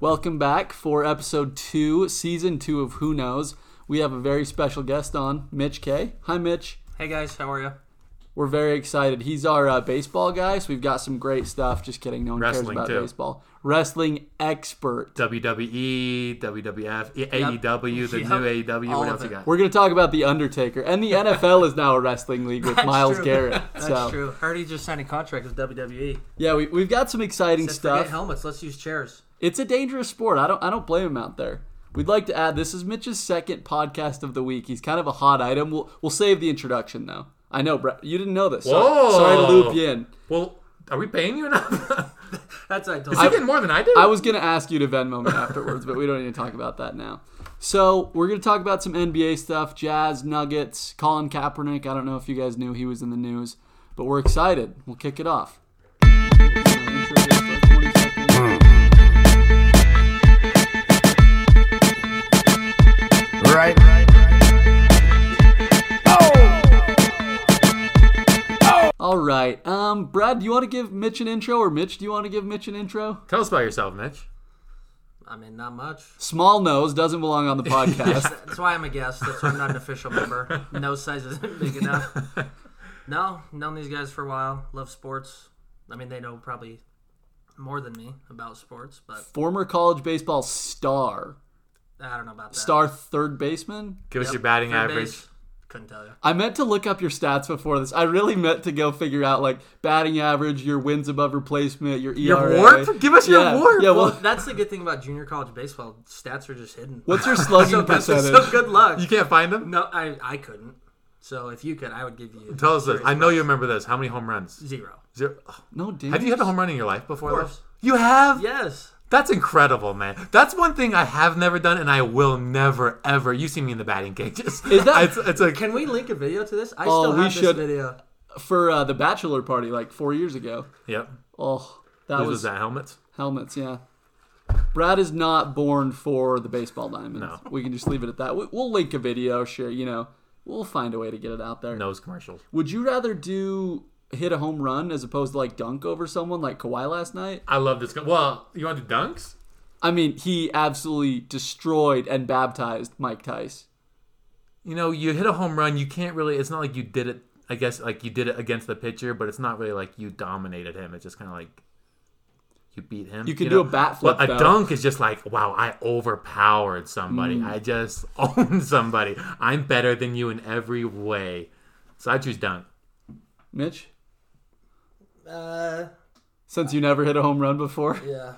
Welcome back for episode two, season two of Who Knows. We have a very special guest on, Mitch K. Hi, Mitch. Hey guys, how are you? We're very excited. He's our uh, baseball guy, so we've got some great stuff. Just kidding. No one cares Wrestling, about too. baseball. Wrestling expert. WWE, WWF, AEW, E the Yep. new AEW. All what of else you it. got? We're going to talk about The Undertaker. And the NFL is now a wrestling league with Miles true. Garrett. That's so, true. Heard he just signed a contract with WWE. yeah, we, we've got some exciting Said, stuff. Forget helmets. Let's use chairs. it's a dangerous sport. I don't I don't blame him out there. We'd like to add this is Mitch's second podcast of the week. He's kind of a hot item. We'll we'll save the introduction though. I know, Brett. You didn't know this. So- Whoa. Sorry to loop you in. Well, are we paying you enough? That's what I told Is he you. getting more than I do? I was gonna ask you to Venmo me afterwards, but we don't need to talk about that now. So we're gonna talk about some NBA stuff, Jazz, Nuggets, Colin Kaepernick. I don't know if you guys knew he was in the news, but we're excited. We'll kick it off. Right. All right, um, Brad, do you want to give Mitch an intro, or Mitch, do you want to give Mitch an intro? Tell us about yourself, Mitch. I mean, not much. Small nose doesn't belong on the podcast. That's why I'm a guest. That's why I'm not an official member. No size isn't big enough. No, known these guys for a while. Love sports. I mean, they know probably more than me about sports, but Former college baseball star, I don't know about that. star third baseman. Give us Yep. your batting Third average. base, Couldn't tell you. I meant to look up your stats before this. I really meant to go figure out like batting average, your wins above replacement, your ERA. warp? Give us your yeah. warp. Yeah. Well, Well, that's the good thing about junior college baseball. Stats are just hidden. what's your slugging so, that's- percentage? so good luck. You can't find them? No, I I couldn't. So if you could, I would give you. Tell us this. I know you remember this. How many home runs? zero. Zero. Oh, no, dude. Have you had a home run in your life before? course. though? You have? Yes. That's incredible, man. That's one thing I have never done, and I will never, ever. You see me in the batting cages. Is that- It's, it's like Can we link a video to this? I Oh, still we have should. this video. for uh, the bachelor party like four years ago? Yep. Oh, that Whose was, was that? Helmets. helmets. Yeah. Brad is not born for the baseball diamonds. No. We can just leave it at that. We, we'll link a video. Sure, you know, we'll find a way to get it out there. Nose commercials. Would you rather do hit a home run as opposed to like dunk over someone like Kawhi last night? I love this. co- Well, you want to do dunks? I mean, he absolutely destroyed and baptized Mike Tice. you know, you hit a home run, you can't really. It's not like you did it. I guess like you did it against the pitcher, but it's not really like you dominated him. It's just kind of like you beat him. You can do know? a bat Well, flip, a though. dunk is just like, wow, I overpowered somebody. Mm. I just owned somebody. I'm better than you in every way. So I choose dunk. Mitch, Uh, since you never hit a home run before, yeah.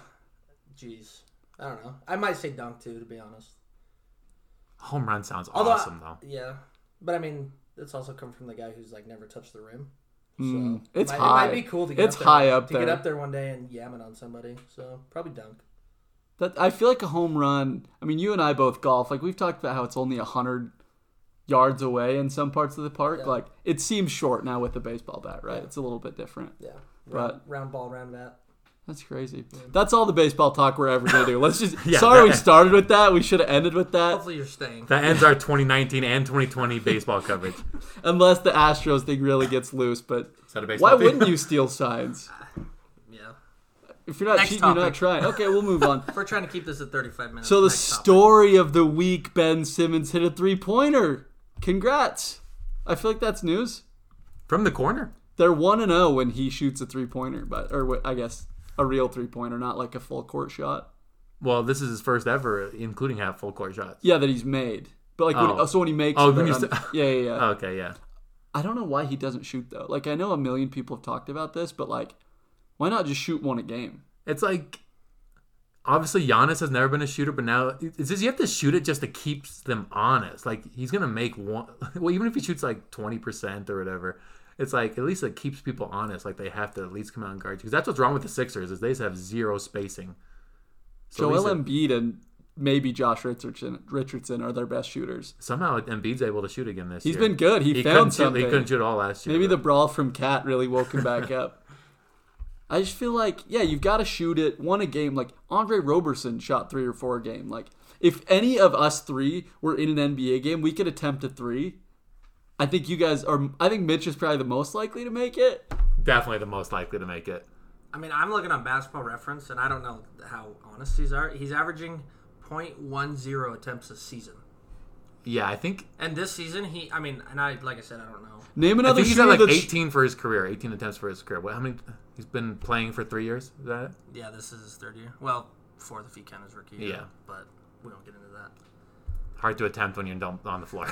Jeez, I don't know. I might say dunk too, to be honest. Home run sounds Although, I- awesome though. Yeah, but I mean, it's also come from the guy who's like never touched the rim. So Mm, it's might, high. It might be cool to get It's up there, high up to there. get up there one day and yam it on somebody. So probably dunk. that I feel like a home run. I mean, you and I both golf. Like we've talked about how it's only hundred yards away in some parts of the park. Like it seems short now with the baseball bat, right? It's a little bit different. Yeah, Right. round ball, round bat. That's crazy. That's all the baseball talk we're ever gonna do. Let's just. Yeah, sorry, we that- started with that. We should have ended with that. Hopefully you're staying. That ends our 2019 and 2020 baseball coverage. Unless the Astros thing really gets loose, but that a baseball why thing? wouldn't you steal signs? Yeah, If you're not Next cheating, you're not topic. trying. Okay, we'll move on. we're trying to keep this at 35 minutes. So the Next topic. story of the week: Ben Simmons hit a three-pointer. Congrats! I feel like that's news. From the corner. They're one and zero when he shoots a three-pointer, but or wh- I guess a real three-pointer, not like a full court shot. Well, this is his first ever, including half full court shots. Yeah, that he's made. But like, when, Oh. so when he makes, Oh, the- when you st- yeah, yeah, yeah. Okay, yeah. I don't know why he doesn't shoot though. Like I know a million people have talked about this, but like, why not just shoot one a game? It's like obviously Giannis has never been a shooter, but now it's just you have to shoot it just to keep them honest. Like he's gonna make one. Well, even if he shoots like twenty percent or whatever, it's like at least it keeps people honest. Like they have to at least come out and guard you because that's what's wrong with the Sixers is they just have zero spacing. So at Joel least it- Embiid and maybe Josh Richardson Richardson are their best shooters. somehow Embiid's able to shoot again this He's year. been good. He, He couldn't found shoot. something. He couldn't shoot at all last year. Maybe the but brawl from Cat really woke him back up. I just feel like, yeah, you've got to shoot it. Won a game. Like Andre Roberson shot three or four a game. Like if any of us three were in an NBA game, we could attempt a three. I think you guys are. I think Mitch is probably the most likely to make it. definitely the most likely to make it. I mean, I'm looking on Basketball Reference, and I don't know how honest these are. He's averaging 0.10 attempts a season, Yeah, I think and this season he, I mean, and I like I said, I don't know. Name I another think he's shooter at like that's 18 for his career, 18 attempts for his career. What? How many? He's been playing for three years. Is that it? Yeah, this is his third year. Well, fourth if you count his rookie year. Yeah. but we don't get into that. hard to attempt when you're dump- on the floor.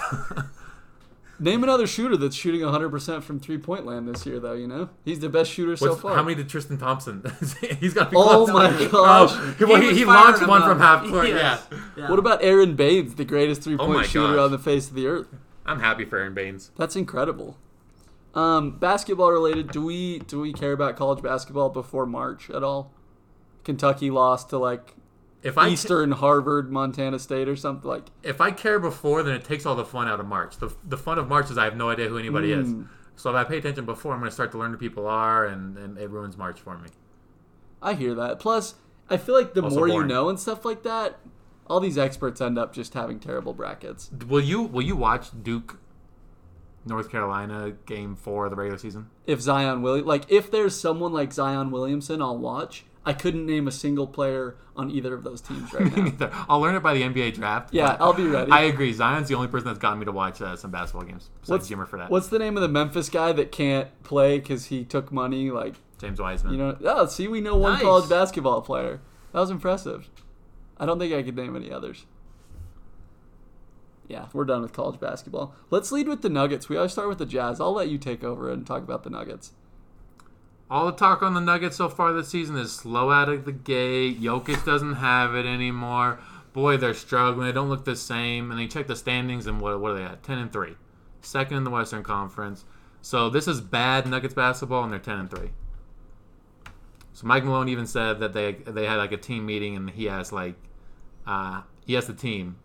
name another shooter that's shooting 100% from three point land this year though. You know he's the best shooter so What's- far. How many did Tristan Thompson? he's got. Oh my gosh. well, he, was he firing launched them one up. from half court. Yes. Yeah, yeah. What about Aaron Baines, the greatest three point Oh. my shooter gosh. on the face of the earth? I'm happy for Aaron Baines. That's incredible. Um, basketball related, do we do we care about college basketball before March at all? Kentucky lost to like If I Eastern, Harvard, Montana State, or something like. if I care before, then it takes all the fun out of March. The the fun of March is I have no idea who anybody Mm. is. So if I pay attention before, I'm going to start to learn who people are, and, and it ruins March for me. I hear that. Plus, I feel like the Also more you boring. know and stuff like that, all these experts end up just having terrible brackets. Will you will you watch Duke, North Carolina game four of the regular season? If Zion William, like if there's someone like Zion Williamson, I'll watch. I couldn't name a single player on either of those teams right now. Neither. I'll learn it by the NBA draft. yeah, but I'll be ready. I agree. Zion's the only person that's gotten me to watch uh, some basketball games. Besides Jimmer for that. What's the name of the Memphis guy that can't play because he took money? Like James Wiseman. you know, oh, see, we know one Nice. college basketball player. That was impressive. I don't think I could name any others. Yeah, we're done with college basketball. Let's lead with the Nuggets. We always start with the Jazz. I'll let you take over and talk about the Nuggets. All the talk on the Nuggets so far this season is slow out of the gate. Jokic doesn't have it anymore. Boy, they're struggling. They don't look the same. And they check the standings, and what, what are they at? 10 and 3. Second in the Western Conference. So this is bad Nuggets basketball, and they're 10 and 3. So Mike Malone even said that they they had like a team meeting, and he asked like, uh, he asked the team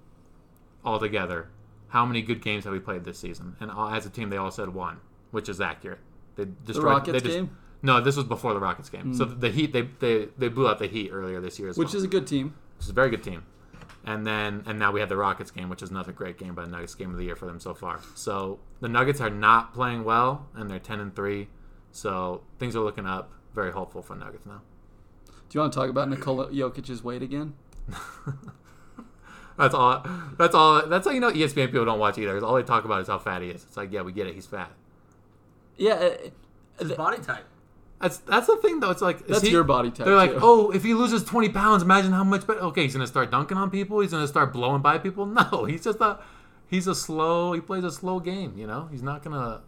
all together, how many good games have we played this season? And all, as a team, they all said one, which is accurate. They The destroyed Rockets they just- game, no, this was before the Rockets game. So the Heat, they, they they blew out the Heat earlier this year, as Hmm. which well. is a good team. which is a very good team. And then and now we have the Rockets game, which is another great game, but the Nuggets game of the year for them so far. So the Nuggets are not playing well, and they're ten and three. So things are looking up. Very hopeful for Nuggets now. Do you want to talk about Nikola Jokic's weight again? That's all. That's all. That's how you know E ESPN people don't watch either. 'cause All they talk about is how fat he is. It's like, yeah, we get it. He's fat. Yeah, eh, his body type? That's that's the thing though. It's like is That's he- your body type, They're like, too. oh, if he loses twenty pounds, imagine how much better. Okay, he's gonna start dunking on people. He's gonna start blowing by people. No, he's just a he's a slow. He plays a slow game. You know, he's not gonna.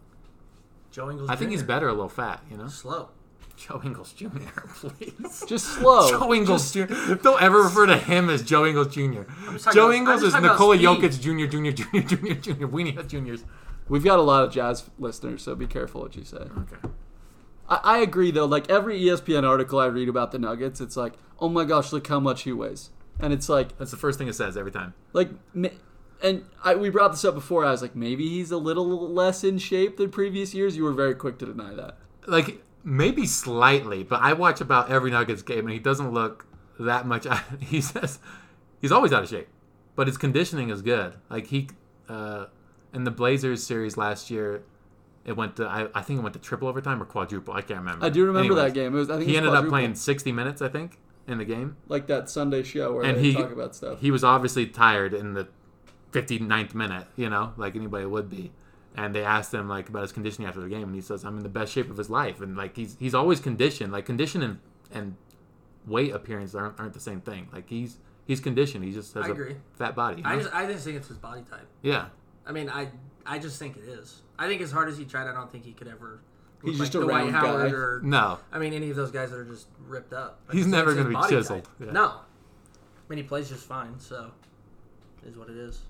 Joe Ingles. I think he's Jr.. better a little fat. You know, slow. Joe Ingles Jr. Please. just slow. Joe Ingles Jr. Don't ever refer to him as Joe Ingles Jr. talking Joe about- Ingles I'm just is talking about Nikola speed. Jokic Jr. Jr. Jr. Jr. Jr. Weenie Hut Juniors. We've got a lot of jazz listeners, so be careful what you say. Okay. I, I agree though. Like every E ESPN article I read about the Nuggets, it's like, oh my gosh, look how much he weighs, and it's like, That's the first thing it says every time. like, ma- and I, we brought this up before. I was like, maybe he's a little less in shape than previous years. You were very quick to deny that. like maybe slightly, but I watch about every Nuggets game and he doesn't look that much. He says he's always out of shape, but his conditioning is good. Like he uh, in the Blazers series last year, it went to I, I think it went to triple overtime or quadruple. I can't remember. I do remember Anyways, that game. It was I think He it was ended up quadruple. playing 60 minutes, I think, in the game, like that Sunday show where and they he talk about stuff. he was obviously tired in the 59th minute. You know, like anybody would be. And they asked him like about his conditioning after the game, and he says, "I'm in the best shape of his life." And like he's he's always conditioned. Like condition and and weight appearance aren't, aren't the same thing. Like he's he's conditioned. He just has I a agree. fat body. you I know? just I just think it's his body type. yeah, I mean, I I just think it is. I think as hard as he tried, I don't think he could ever. He's look just like a Dwight round Howard guy. Or, no, I mean, any of those guys that are just ripped up. I He's just think never it's his gonna be body chiseled. type. Yeah. No, I mean he plays just fine. So, it is what it is.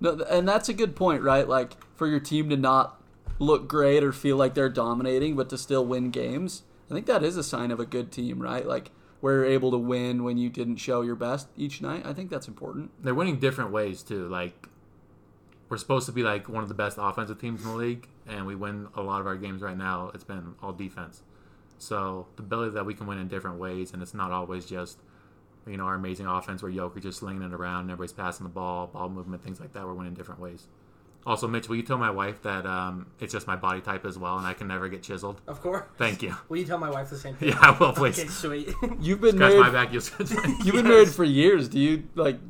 No, th- and that's a good point, right? Like for your team to not look great or feel like they're dominating, but to still win games. I think that is a sign of a good team, right? Like where you're able to win when you didn't show your best each night. I think that's important. they're winning different ways too. Like we're supposed to be like one of the best offensive teams in the league, and we win a lot of our games right now. It's been all defense. So the ability that we can win in different ways, and it's not always just you know our amazing offense where Jokic just slinging it around, and everybody's passing the ball, ball movement, things like that. We're winning different ways. Also, Mitch, will you tell my wife that um, it's just my body type as well, and I can never get chiseled? Of course. Thank you. Will you tell my wife the same thing? Yeah, I will, please. Okay, sweet. You've been Scratch my married. back. You'll scratch mine. You've been Yes. married for years. Do you like?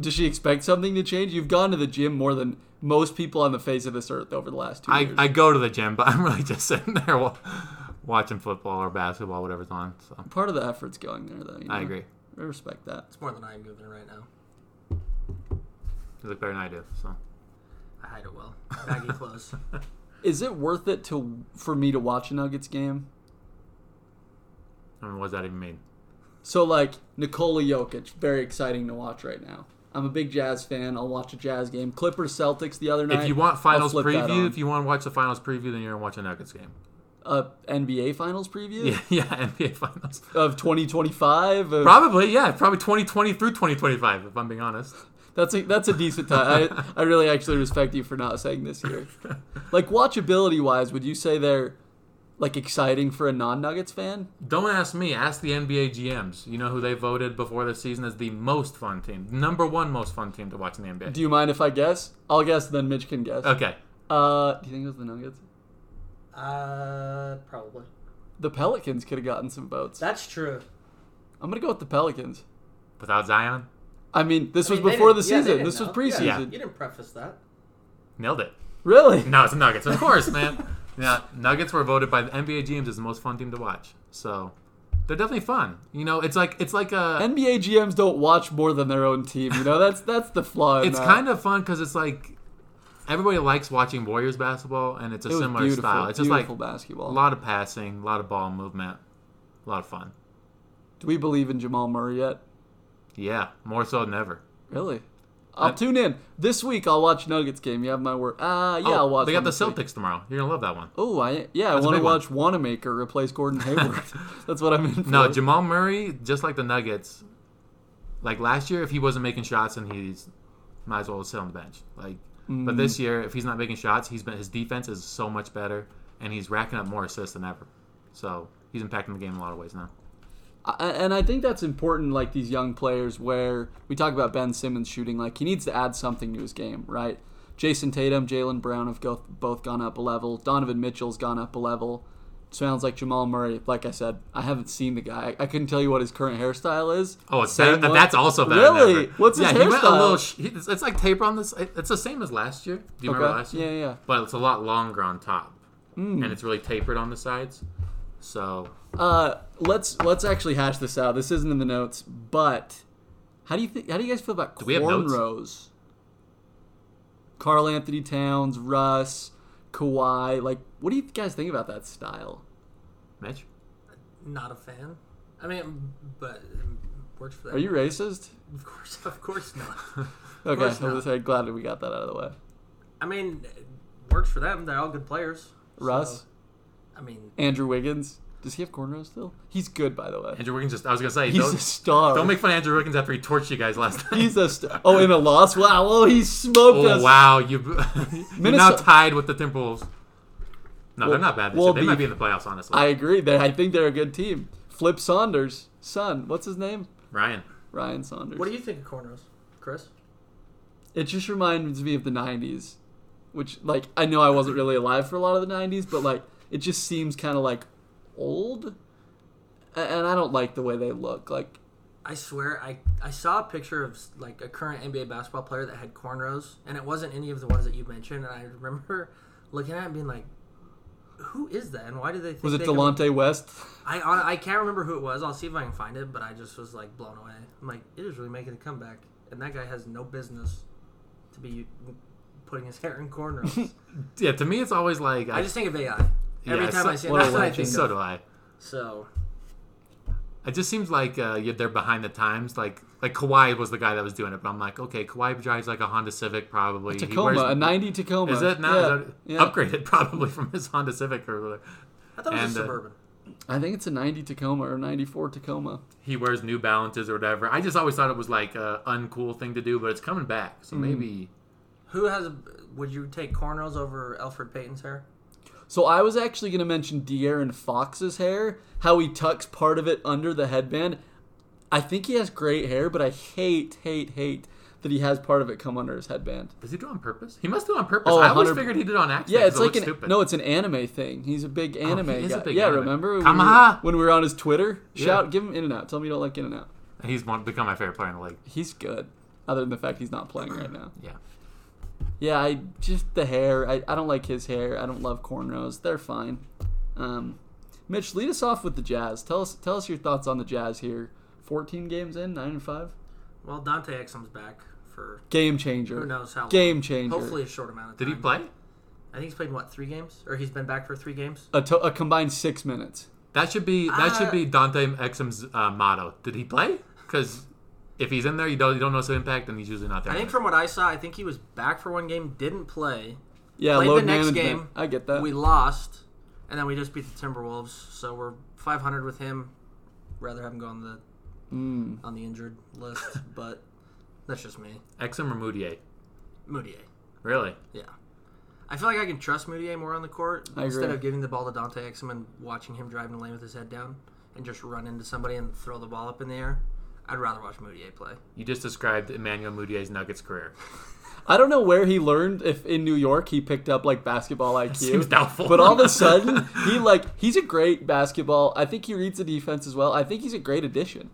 Does she expect something to change? You've gone to the gym more than most people on the face of this earth over the last two I, years. I go to the gym, but I'm really just sitting there wa- watching football or basketball, whatever's on. So Part of the effort's going there, though. You know? I agree. I respect that. it's more than I'm moving right now. You look better than I do. So I hide it well. Baggy clothes. Is it worth it to for me to watch a Nuggets game? I mean, what does that even mean? So like Nikola Jokic, very exciting to watch right now. I'm a big Jazz fan. I'll watch a Jazz game. Clippers Celtics the other night. If you want finals flip that preview, on. if you want to watch the finals preview, then you're gonna watch a Nuggets game. uh, NBA Finals preview Yeah, yeah, NBA finals. of 2025. of- Probably, yeah, probably 2020 through 2025. If I'm being honest, That's a that's a decent time. I I really actually respect you for not saying this year. Like watchability wise, would you say they're like exciting for a non Nuggets fan? don't ask me. Ask the NBA GMs. You know who they voted before the season as the most fun team, number one most fun team to watch in the NBA. Do you mind if I guess? I'll guess, then Mitch can guess. okay, Uh, do you think it was the Nuggets? Uh, probably. The Pelicans could have gotten some votes. That's true. I'm gonna go with the Pelicans. without Zion, I mean, this I mean, was they before the didn't- yeah, they season. didn't this was know. preseason. Yeah. Yeah. You didn't preface that. nailed it. Really? No, it's Nuggets, of course, man. Yeah, Nuggets were voted by the NBA GMs as the most fun team to watch. So they're definitely fun. You know, it's like it's like a NBA GMs don't watch more than their own team. You know, that's that's the flaw. In it's that. kind of fun because it's like everybody likes watching Warriors basketball, and it's a it was similar beautiful, style. It's just like beautiful basketball. a lot of passing, a lot of ball movement, a lot of fun. Do we believe in Jamal Murray yet? Yeah, more so than ever. Really? I'll tune in this week. I'll watch Nuggets game. You have my word. Uh, yeah, Oh, I'll watch. They got one the this week. Celtics tomorrow. You're gonna love that one. Oh, I yeah, I a want to big one. watch Wanamaker replace Gordon Hayward. That's what I'm in for. No, Jamal Murray, just like the Nuggets, like last year, if he wasn't making shots, and he's might as well sit on the bench. Like, but Mm. this year, if he's not making shots, he's been his defense is so much better, and he's racking up more assists than ever. So he's impacting the game in a lot of ways now. I- and I think that's important. Like these young players, where we talk about Ben Simmons shooting, like he needs to add something to his game, right? Jason Tatum, Jalen Brown have go- both gone up a level. Donovan Mitchell's gone up a level. Sounds like Jamal Murray. Like I said, I haven't seen the guy. I, I couldn't tell you what his current hairstyle is. Oh, it's Same better, one- that's also better. than Really? ever. What's his yeah, he went a hairstyle? little. sh- he- It's, it's like taper on this. it- It's the same as last year. Do you remember last year? Yeah, Mm. yeah. But it's a lot longer on top, and it's really tapered on the sides. So Uh, let's let's actually hash this out. This isn't in the notes, but how do you think? How do you guys feel about we have notes? cornrows? Carl Anthony Towns, Russ, Kawhi. Like, what do you guys think about that style? Mitch, Not a fan. I mean, but um, works for that. Are you racist? Of course, of course not. Okay, course I not. was just- glad that we got that out of the way. I mean, it works for them. They're all good players. Russ, So, I mean, Andrew Wiggins. Does he have cornrows still? He's good, by the way. Andrew Wiggins. Just I was gonna say, He's don't- a star. Don't make fun of Andrew Wiggins after he torched you guys last night. He's a star. Oh, in a loss. Wow. Oh, he smoked oh us. wow, you you're now Minnesota- tied with the Timberwolves. No, Well- they're not bad. This well, year. They might be- be in the playoffs, honestly. I agree. They, I think they're a good team. Flip Saunders, son. What's his name? Ryan, Ryan Saunders. what do you think of cornrows, Chris? It just reminds me of the 90s, which, like, I know I wasn't really alive for a lot of the 90s, but, like, it just seems kind of, like, old. A- And I don't like the way they look. Like, I swear, I I saw a picture of like a current NBA basketball player that had cornrows, and it wasn't any of the ones that you mentioned. And I remember looking at it and being like, "Who is that? And why do they?" Think was it they could- Delonte West? I hon- I can't remember who it was. I'll see if I can find it, but I just was like blown away. I'm like, it is really making a comeback, and that guy has no business to be putting his hair in cornrows. yeah. To me, it's always like I just think of AI every yeah, time so- I see it. what a That's what I legend. think. so Of. do I. So It just seems like uh, yeah, they're behind the times. Like like Kawhi was the guy that was doing it, but I'm like, okay, Kawhi drives like a Honda Civic probably. He Tacoma, wears- a 90 Tacoma. is it now Yeah, Is that- yeah. upgraded probably from his Honda Civic or whatever. I thought it was And, a uh, suburban. I think it's a 90 Tacoma or 94 Tacoma. He wears New Balances or whatever. I just always thought it was like a uncool thing to do, but it's coming back. Mm. So maybe Who has? A, would you take cornrows over Alfred Payton's hair? So I was actually going to mention De'Aaron Fox's hair, how he tucks part of it under the headband. I think he has great hair, but I hate, hate, hate that he has part of it come under his headband. Does he do it on purpose? He must do it on purpose. Oh, I always 100 figured he did it on accident. Yeah, it's 'cause it like looks an stupid. Oh, no, it's an anime thing. He's a big anime is a guy. big yeah, anime. remember when Come we, were, on. when we were on his Twitter? Yeah. Shout, give him In and Out. Tell me you don't like In and Out. He's one, become my favorite player in the league. He's good, other than the fact he's not playing right now. Yeah. Yeah, I just the hair. I, I don't like his hair. I don't love cornrows. They're fine. Um, Mitch, lead us off with the Jazz. Tell us tell us your thoughts on the Jazz here. Fourteen games in, nine and five. Well, Dante Exum's back for Game changer. who knows how long. Game changer. Hopefully a short amount of time. Uh, Did he play? I think he's played what three games, or he's been back for three games. a, to- a combined six minutes. That should be that Uh, should be Dante Exum's uh, motto. Did he play? Because if he's in there, you don't you don't notice the impact, and he's usually not there. I think from what I saw, I think he was back for one game, didn't play. Yeah, Played load the next management. game. I get that. We lost, and then we just beat the Timberwolves, so we're 500 with him. Rather have him go on the Mm. on the injured list, but that's just me. Exum or Moutier. Moutier. Really? Yeah. I feel like I can trust Moutier more on the court I instead agree. of giving the ball to Dante Exum and watching him drive in the lane with his head down and just run into somebody and throw the ball up in the air. I'd rather watch Moutier play. You just described Emmanuel Moutier's Nuggets career. I don't know where he learned if in New York he picked up like basketball IQ. Seems doubtful. But all of a sudden, he like he's a great basketball. I think he reads the defense as well. I think he's a great addition.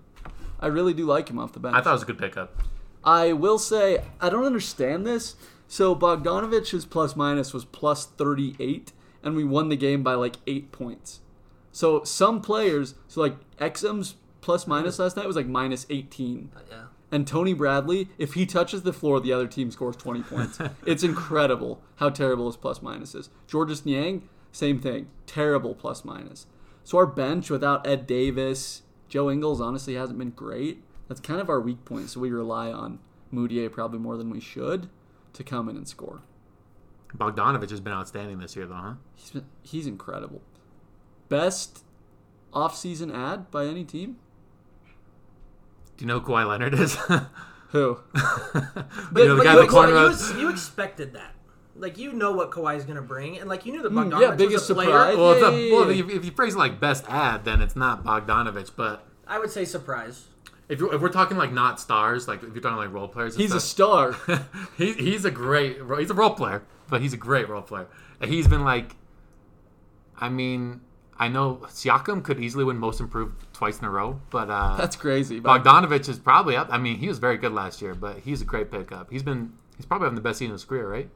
I really do like him off the bench. I thought it was a good pickup. I will say I don't understand this. So Bogdanovich's plus minus was plus 38, and we won the game by like eight points. So some players, so like Exum's plus minus last night was like minus 18. But yeah. And Tony Bradley, if he touches the floor, the other team scores 20 points. it's incredible how terrible his plus minus is. Georges Niang, same thing. Terrible plus minus. So our bench without Ed Davis, Joe Ingles honestly hasn't been great. That's kind of our weak point. So we rely on Moutier probably more than we should to come in and score. Bogdanovich has been outstanding this year, though, huh? He's, been, he's incredible. Best offseason ad by any team? Do you know who Kawhi Leonard is? Who? you know, the guy with the you, you, cornrows. ex- you expected that. Like you know what Kawhi's gonna bring, and like you knew that Mm, Bogdanovich yeah, was biggest a player. surprise. Well, if, Yeah, yeah, the, yeah, well yeah. if, if you phrase it like best ad, then it's not Bogdanovich. But I would say surprise. if, you, if we're talking like not stars, like if you're talking like role players, and He's a stuff, star. he, he's a great ro- he's a role player, but he's a great role player. And He's been like, I mean, I know Siakam could easily win Most Improved twice in a row, but uh, That's crazy. Bogdan- Bogdanovich is probably up. I mean, he was very good last year, but he's a great pickup. He's been he's probably having the best season of his career, right?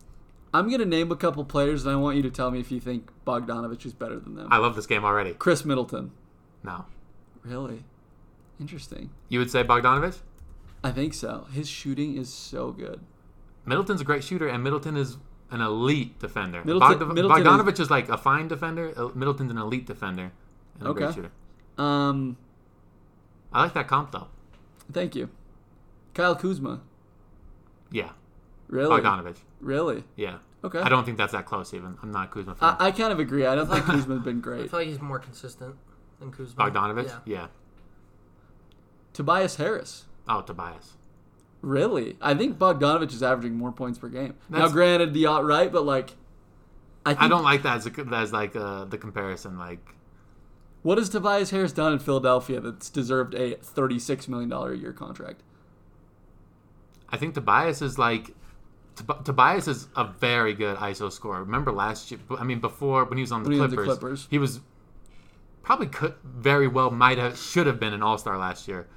I'm going to name a couple players, and I want you to tell me if you think Bogdanovich is better than them. I love this game already. Chris Middleton. No, Really? Interesting. you would say Bogdanovich? I think so. His shooting is so good. Middleton's a great shooter, and Middleton is an elite defender. Middleton- Bogda- Middleton is- Bogdanovich is, like a fine defender. El- Middleton's an elite defender and a great Okay. shooter. Um, I like that comp though. thank you. Kyle Kuzma. Yeah, Really? Bogdanovich. Really? Yeah, Okay. I don't think that's that close. Even I'm not a Kuzma fan. I, I kind of agree. I don't think Kuzma's been I great. feel like he's more consistent than Kuzma. Uh, Bogdanovich. Yeah. Yeah. Tobias Harris. Oh, Tobias. Really? I think Bogdanovich is averaging more points per game. now, That's- granted, the outright, right, but like, I, think, I don't like that as, a, as like uh, the comparison. Like What has Tobias Harris done in Philadelphia that's deserved a $36 million a year contract? I think Tobias is like Tob- Tobias is a very good ISO scorer. Remember last year? I mean, before when he was on the, When he was Clippers, on the Clippers. he was probably could very well might have should have been an All Star last year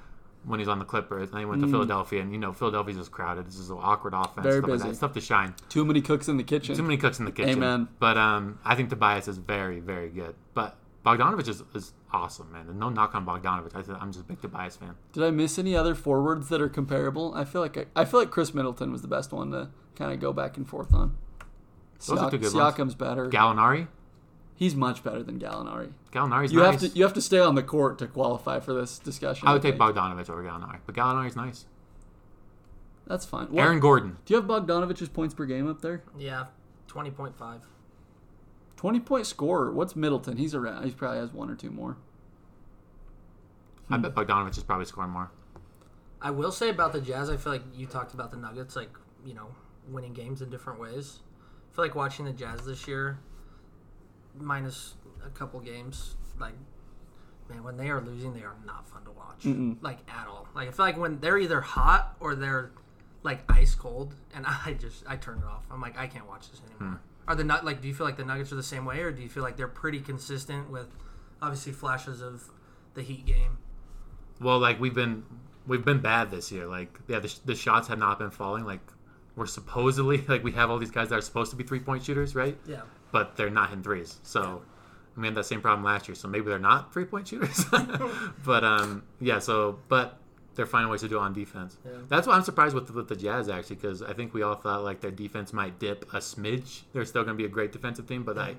when he was on the Clippers. And then he went to Philadelphia, and you know Philadelphia's just crowded. This is an awkward offense. Mm. Very stuff like that. busy. It's tough to shine. Too many cooks in the kitchen. Too many cooks in the kitchen. Amen. But um, I think Tobias is very very good. But Bogdanovich is, is awesome, man. And no knock on Bogdanovich. I, th- I'm just a big Tobias fan. Did I miss any other forwards that are comparable? I feel like I, I feel like Chris Middleton was the best one to kind of go back and forth on. Those are two good ones. Siakam's better. Gallinari. He's much better than Gallinari. Gallinari's You nice. have to you have to stay on the court to qualify for this discussion. I would take think. Bogdanovich over Gallinari, but Gallinari's nice. That's fine. What- Aaron Gordon. do you have Bogdanovich's points per game up there? Yeah, twenty point five. Twenty point scorer. What's Middleton? He's around. He probably has one or two more. I bet Bogdanovich is probably scoring more. I will say about the Jazz, I feel like you talked about the Nuggets, like, you know, winning games in different ways. I feel like watching the Jazz this year, minus a couple games, like, man, when they are losing, they are not fun to watch. Like, at all. Like, I feel like when they're either hot or they're like ice cold, and I just I turned it off. I'm like I can't watch this anymore. Are the nut like? Do you feel like the Nuggets are the same way, or do you feel like they're pretty consistent with obviously flashes of the Heat game? Well, like we've been we've been bad this year. Like yeah, the, the shots have not been falling. Like we're supposedly like we have all these guys that are supposed to be three point shooters, right? Yeah, But they're not in threes. So we had that same problem last year. So maybe they're not three point shooters. but um yeah. So but they're finding ways to do it on defense. Yeah. That's why I'm surprised with with the Jazz actually because I think we all thought like their defense might dip a smidge. They're still going to be a great defensive team, but like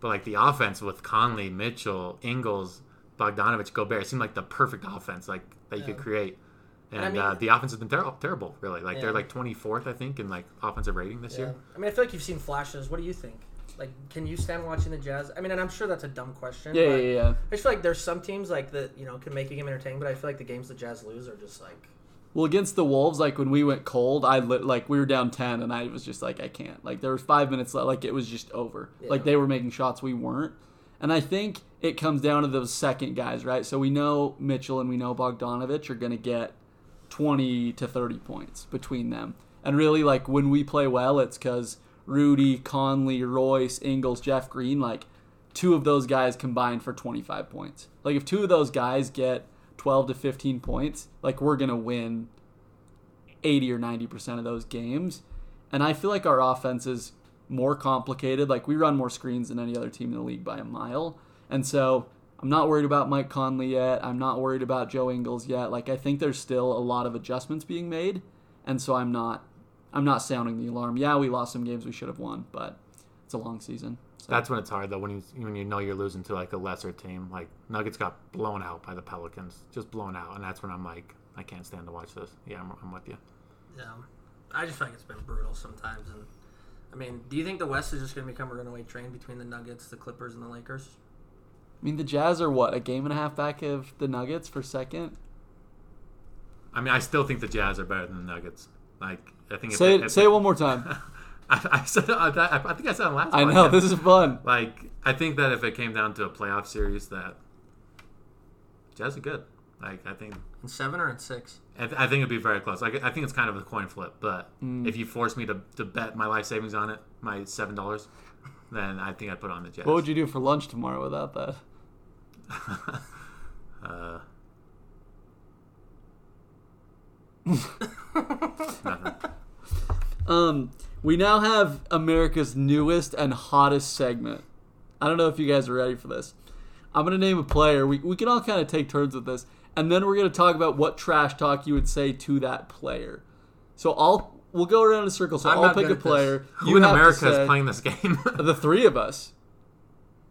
but like the offense with Conley, Mitchell, Ingles, Bogdanovich, Gobert, it seemed like the perfect offense like that you could Yeah. create. And, I mean- uh, the offense has been ter- terrible, really. Like Yeah. they're like 24th, I think, in like offensive rating this year. I mean, I feel like you've seen flashes. What do you think? Like, can you stand watching the Jazz? I mean, and I'm sure that's a dumb question. Yeah, yeah, but yeah. yeah. I just feel like there's some teams like that you know can make a game entertaining, but I feel like the games the Jazz lose are just like Well, against the Wolves, like when we went cold, I lit, like we were down ten, and I was just like, I can't. Like there was five minutes left, like it was just over. Like Yeah. they were making shots, we weren't. And I think it comes down to those second guys, right? So we know Mitchell and we know Bogdanovich are going to get twenty to thirty points between them. And really, like when we play well, it's because Rudy, Conley, Royce, Ingles, Jeff Green, like two of those guys combined for 25 points. Like if two of those guys get 12 to 15 points, like we're going to win 80 or 90% of those games. And I feel like our offense is more complicated. Like we run more screens than any other team in the league by a mile. And so I'm not worried about Mike Conley yet. I'm not worried about Joe Ingles yet. Like I think there's still a lot of adjustments being made. And so I'm not I'm not sounding the alarm. Yeah, we lost some games we should have won, but it's a long season. So. That's when it's hard though. When you when you know you're losing to like a lesser team, like Nuggets got blown out by the Pelicans, just blown out, and that's when I'm like, I can't stand to watch this. Yeah, I'm, I'm with you. Yeah, I just feel like it's been brutal sometimes. And I mean, do you think the West is just going to become a runaway train between the Nuggets, the Clippers, and the Lakers? I mean, the Jazz are what a game and a half back of the Nuggets for second. I mean, I still think the Jazz are better than the Nuggets. Like, I think. Say if, it, say it one more time. I, I said. I, I think I said it last. I know podcast. this is fun. Like, I think that if it came down to a playoff series, that Jazz are good. Like, I think In seven or in six? I, th- I think it'd be very close. I, I think it's kind of a coin flip, but Mm. if you force me to, to bet my life savings on it, my seven dollars, then I think I'd put on the Jets. What would you do for lunch tomorrow without that? uh, nothing. Um, we now have America's newest and hottest segment. I don't know if you guys are ready for this. I'm gonna name a player. We we can all kind of take turns with this, and then we're gonna talk about what trash talk you would say to that player. So I'll we'll go around in a circle. So I'm i will not pick good a at this. player. Who in have to America say- is playing this game? the three of us.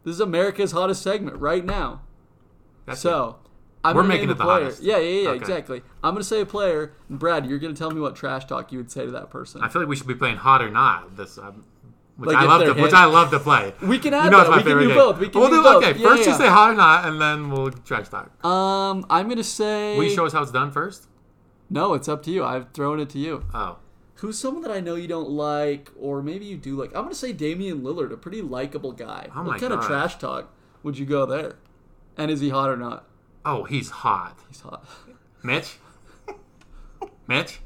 This is America's hottest segment right now. That's So I'm We're gonna making name it a the player. hottest. Yeah, yeah, yeah, Okay. exactly. I'm gonna say a player, and Brad, you're gonna tell me what trash talk you would say to that person. I feel like we should be playing hot or not. This, um, which Like I if love they're to, which hit. I love to play. We can add you know, it's that. my We can favorite do game. both. We can we'll do both. Okay, Yeah, first yeah. you say hot or not, and then we'll trash talk. um, I'm gonna say. Will you show us how it's done first? No, it's up to you. I've thrown it to you. Oh, Who's someone that I know you don't like, or maybe you do like? I'm gonna say Damian Lillard, a pretty likable guy. Oh what my kind of God. trash talk would you go there? And is he hot or not? oh, he's hot. He's hot. Mitch? Mitch?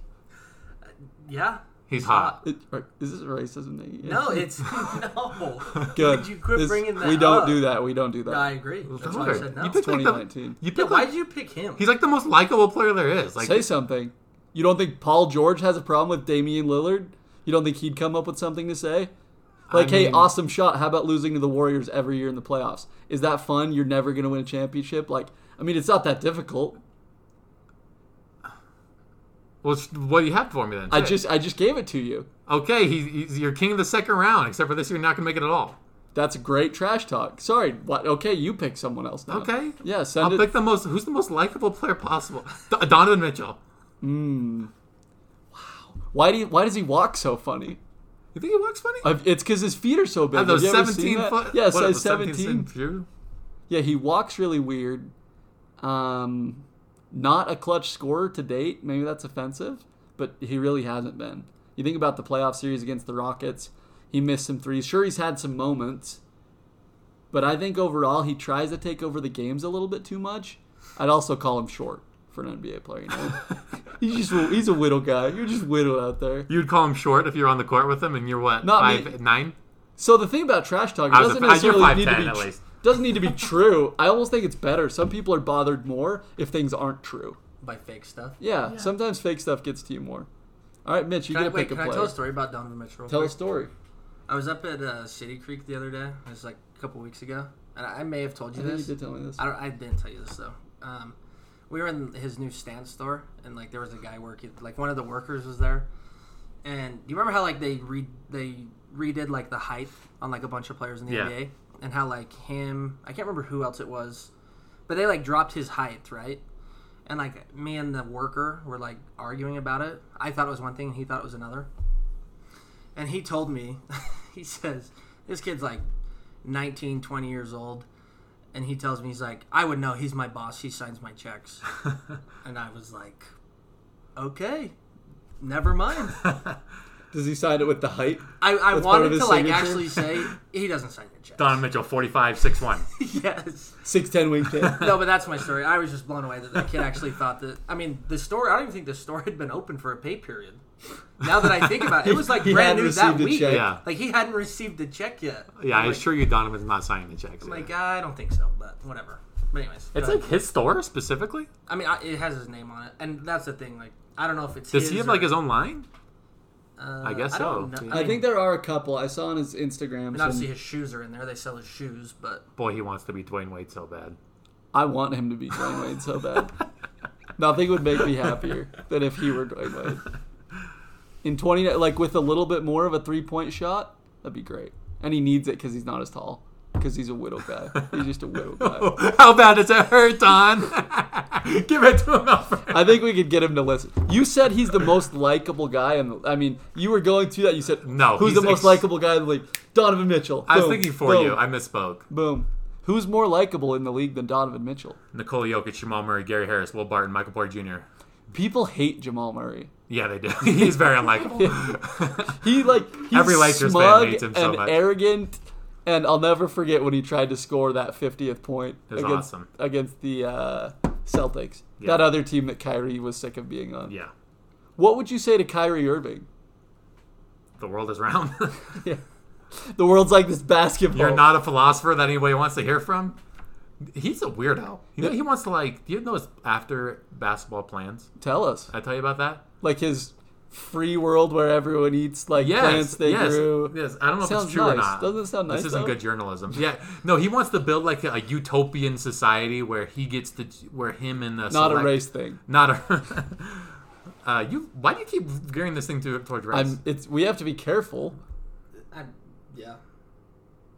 Yeah. He's hot. It- Is this racism? Nate? Yeah. No, it's no. Good. Would you quit This- bringing that we don't up? do that. We don't do that. No, I agree. That's why I Lillard. said no. You picked like the, 2019. you yeah, picked why like, did you pick him? he's like the most likable player there is. Like Say something. You don't think Paul George has a problem with Damian Lillard? You don't think he'd come up with something to say? Like, hey, mean- awesome shot. How about losing to the Warriors every year in the playoffs? Is that fun? You're never going to win a championship? Like, I mean, it's not that difficult. well, sh- what do you have for me then? I Shit. just I just gave it to you. okay. He, he's your king of the second round, except for this year, you're not gonna make it at all. That's great trash talk. Sorry. What? Okay, you pick someone else now. Okay. Yeah, send I'll it. pick the most. Who's the most likable player possible? D- Donovan Mitchell. why do you, Why does he walk so funny? You think he walks funny? I've- It's because his feet are so big. Have those Oh, Have you ever seen 17 that? foot. Yeah, what, size those 17 17. feet? Yeah, he walks really weird. Um, not a clutch scorer to date. Maybe that's offensive, but he really hasn't been. You think about the playoff series against the Rockets, he missed some threes. Sure, he's had some moments, but I think overall he tries to take over the games a little bit too much. I'd also call him short. for an NBA player. You know? he's just a- he's a whittle guy. You're just whittle out there. You'd call him short if you're on the court with him, and you're what Not me. five nine? So the thing about trash talk it I was a- doesn't I- you're necessarily need to 5'10" be at tr- least. doesn't need to be true. I almost think it's better. Some people are bothered more if things aren't true. by fake stuff. Yeah, sometimes fake stuff gets to you more. All right, Mitch, you Can I, get to wait, pick a can player. I tell a story about Donovan Mitchell? real Tell a quick? story. I was up at uh, City Creek the other day. It was like a couple weeks ago, and I I may have I told you think you this. did tell me this. I, don't, I didn't tell you this though. Um, we were in his new stand store, and like there was a guy working. Like one of the workers was there, and do you remember how like they re they redid like the height on like a bunch of players in the Yeah. NBA, and how like him I can't remember who else it was, but they like dropped his height right, and like me and the worker were like arguing about it. I thought it was one thing, and he thought it was another, and he told me, he says this kid's like 19, 20 years old. And he tells me, he's like, I would know. He's my boss. He signs my checks. and I was like, okay, never mind. Does he sign it with the height? I, I That's part of wanted his to like signature? actually say he doesn't sign your check. Donovan Mitchell, 45, 6'1". yes. Six ten wingtip. No, but that's my story. I was just blown away that that kid actually thought that. I mean, the store. I don't even think the store had been open for a pay period. Now that I think about it, it was like He brand hadn't new that received a week. check. Yeah. Like he hadn't received a check yet. Yeah, I I'm like, assure you, Donovan's not signing the checks. I'm yeah. like I don't think so, but whatever. But anyways, it's go like ahead. his store specifically. I mean, I, it has his name on it, and that's the thing. Like I don't know if it's Does his he have or- like his own line? Uh, I guess don't so. know. I I mean, think there are a couple. I saw on his Instagram. And obviously, Some, his shoes are in there. They sell his shoes, but Boy, he wants to be Dwayne Wade so bad. I want him to be Dwayne Wade so bad. Nothing would make me happier than if he were Dwayne Wade. In twenty, like with a little bit more of a three point shot, that'd be great. And he needs it because he's not as tall. Because he's a widow guy. He's just a widow guy. How bad does it hurt, Don? Give it to him, Alfred. I think we could get him to listen. You said he's the most likable guy, and I mean, you were going to that. You said No, Who's the he's most ex- likable guy in the league? Donovan Mitchell. I was Boom, thinking for boom, you. I misspoke. boom. Who's more likable in the league than Donovan Mitchell? Nicole Jokic, Jamal Murray, Gary Harris, Will Barton, Michael Porter Jr. People hate Jamal Murray. Yeah, they do. He's very unlikable. He like he's Every Lakers fan smug hates him so and much. arrogant, and I'll never forget when he tried to score that 50th point It was against awesome. against the uh, Celtics. Yeah. That other team that Kyrie was sick of being on. yeah, What would you say to Kyrie Irving? the world is round. Yeah. The world's like this basketball. You're not a philosopher that anybody wants to hear from. He's a weirdo. You know, he wants to like. Do you know his after basketball plans? Tell us. I tell you about that. like his free world where everyone eats like Yes, plants they yes, grew. yes. I don't know if Sounds it's true or nice. not. Doesn't it sound nice, This isn't though? good journalism. Yeah, no, he wants to build like a, a utopian society where he gets to where him and the Not a select- race thing. not a. uh, you why do you keep gearing this thing to, towards race? I'm. It's we have to be careful. I, yeah,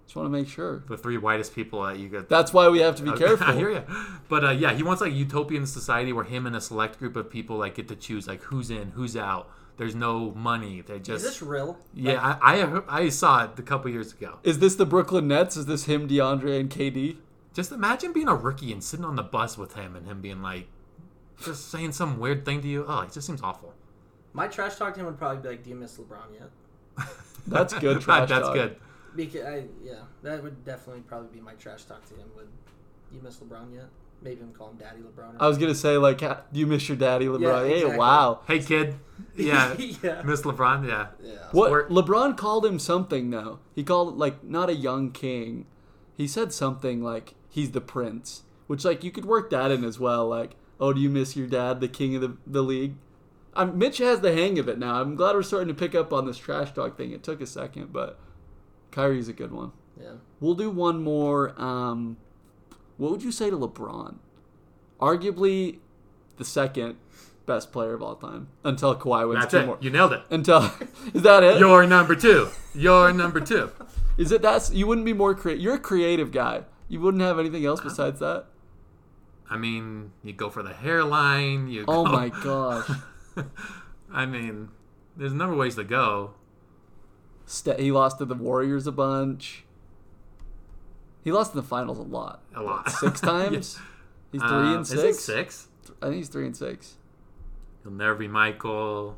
Just want to make sure. the three whitest people that you could. That's why we have to be I careful. hear you. But uh, yeah, he wants like a utopian society where him and a select group of people like get to choose like who's in, who's out. There's no money. They is just this real? yeah. I, I I saw it a couple years ago. Is this the Brooklyn Nets? Is this him, DeAndre, and KD? Just imagine being a rookie and sitting on the bus with him and him being like, just saying some weird thing to you. Oh, it just seems awful. My trash talk to him would probably be like, "Do you miss LeBron yet?" That's good trash That's talk. good. Because I, yeah, that would definitely probably be my trash talk to him. Would you miss LeBron yet? Maybe even call him Daddy LeBron. Or Oh, I was gonna say like, "Ha- you miss your daddy, LeBron. Yeah, Hey, exactly. wow. Hey kid. Yeah. Yeah. Miss LeBron. Yeah. yeah. What Or- LeBron called him something though. He called it like not a young king. He said something like he's the prince, which like you could work that in as well. Like, oh, do you miss your dad, the king of the, the league? I'm, Mitch has the hang of it now. I'm glad we're starting to pick up on this trash talk thing. It took a second, but Kyrie's a good one. Yeah. We'll do one more. Um, what would you say to LeBron? Arguably the second best player of all time until Kawhi wins That's two it. more. You nailed it. Until is that it? You're number two. You're number two. Is it that's you wouldn't be more creative? You're a creative guy. You wouldn't have anything else besides that. I mean, you go for the hairline. You. Oh go- my gosh! I mean, there's a number of ways to go. Sta he lost to the Warriors a bunch. He lost in the finals a lot. A lot. Six times. He's three Uh, and is it six. six. I think he's three and six. He'll never be Michael.